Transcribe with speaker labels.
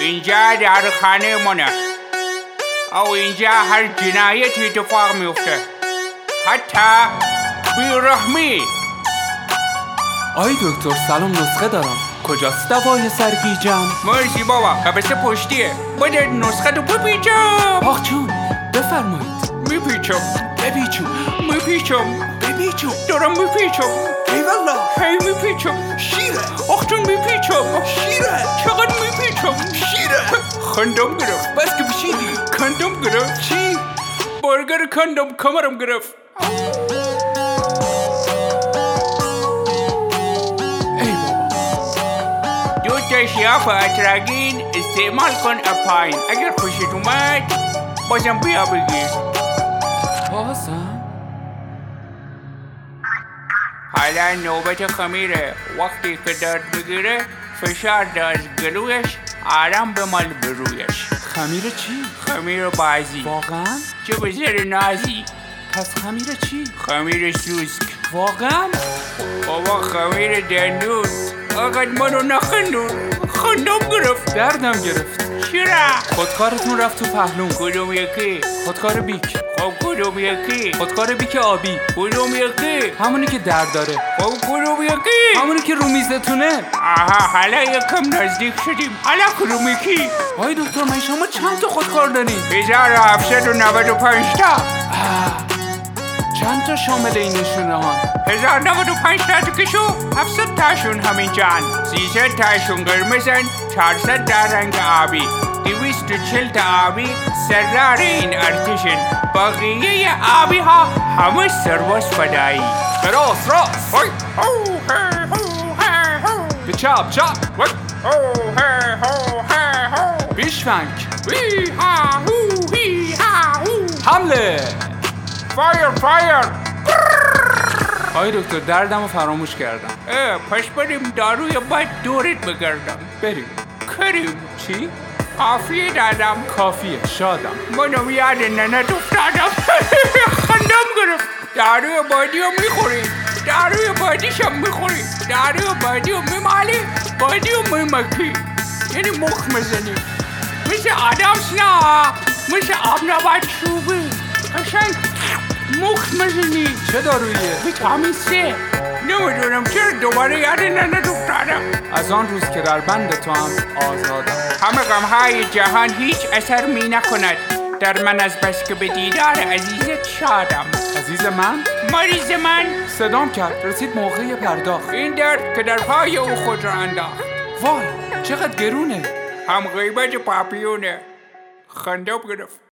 Speaker 1: اینجا در خانه منه او اینجا هر جنایتی اتفاق میفته حتی بیرحمی
Speaker 2: آی دکتر سلام نسخه دارم کجاست دوای سرگیجم
Speaker 1: مرسی بابا قبسه پشتیه بده نسخه تو بپیچم
Speaker 2: آخ جون بفرمایید
Speaker 1: میپیچم
Speaker 2: بپیچون
Speaker 1: میپیچم
Speaker 2: بپیچون
Speaker 1: دارم میپیچم
Speaker 2: ایوالا
Speaker 1: هی میپیچم
Speaker 2: شیره
Speaker 1: آخ جون میپیچم
Speaker 2: شیره
Speaker 1: چقدر میپیچم
Speaker 2: شیره
Speaker 1: خندم گرفت
Speaker 2: بس که بشیدی
Speaker 1: کندم گرفت چی؟ برگر کندم کمرم گرفت
Speaker 2: ای بابا
Speaker 1: دو تا شیاف اتراگین استعمال کن اپاین اگر خوشت اومد بازم بیا بگیر
Speaker 2: بازم
Speaker 1: حالا نوبت خمیره وقتی که درد بگیره فشار ده از گلویش آرام بمال برویش
Speaker 2: خمیر چی؟
Speaker 1: خمیر بازی
Speaker 2: واقعا؟
Speaker 1: چه بزر نازی
Speaker 2: پس خمیر چی؟
Speaker 1: خمیر سوسک
Speaker 2: واقعا؟
Speaker 1: بابا خمیر دندون آقا منو نخندون خندم گرفت
Speaker 2: دردم گرفت
Speaker 1: چرا؟
Speaker 2: خودکارتون رفت تو پهلون
Speaker 1: کدوم یکی
Speaker 2: خودکار بیک
Speaker 1: خب کدوم یکی
Speaker 2: خودکار بیک آبی
Speaker 1: کدوم یکی
Speaker 2: همونی که درد داره
Speaker 1: خب کدوم یکی
Speaker 2: همونی که رو میزتونه
Speaker 1: آها حالا یکم نزدیک شدیم حالا کدوم یکی
Speaker 2: آی دکتر من شما چند تا خودکار دارین؟
Speaker 1: هزار و هفتصد و نود و پنج تا
Speaker 2: آه، چند تا شامل این نشونه ها؟
Speaker 1: هزار نود و پنج تا تو کشو هفتصد تاشون همین جان سیصد تاشون قرمزن چهارصد تا رنگ آبی دویست و چل تا آبی سردار این ارتشن بقیه آبی ها همه سروس فدایی
Speaker 2: به راست راست
Speaker 1: وای، هو، هه، هو، هه، هو.
Speaker 2: به چپ چپ
Speaker 1: وای، هو، هه، هو، هه، هو.
Speaker 2: بیشفنگ
Speaker 1: Hee ha hoo, hee ha hoo.
Speaker 2: حمله
Speaker 1: Fire, fire.
Speaker 2: آی دکتر دردم رو فراموش کردم
Speaker 1: اه، پس بریم داروی بد دورت بگردم
Speaker 2: بریم
Speaker 1: کریم
Speaker 2: چی؟
Speaker 1: کافی دادم
Speaker 2: کافیه شادم
Speaker 1: منم یاد ننت افتادم خندم گرفت داروی بادی رو میخوری داروی بادیشم میخوری داروی بادی رو میمالی بادی رو میمکی یعنی مخ میزنی مثل آدم سنا مثل آبنابات چوبی قشنگ مخ میزنی
Speaker 2: چه داروییه؟
Speaker 1: ویتامین سه نمیدونم چرا دوباره یاد ننت افتادم
Speaker 2: از آن روز که در بند تو هم آزادم
Speaker 1: همه غمهای جهان هیچ اثر می نکند در من از بس که به دیدار عزیزت شادم
Speaker 2: عزیز من
Speaker 1: مریض من
Speaker 2: صدام کرد رسید موقع پرداخت
Speaker 1: این درد که در پای او خود را انداخت
Speaker 2: وای چقدر گرونه
Speaker 1: هم غیبت پاپیونه خنداب گرفت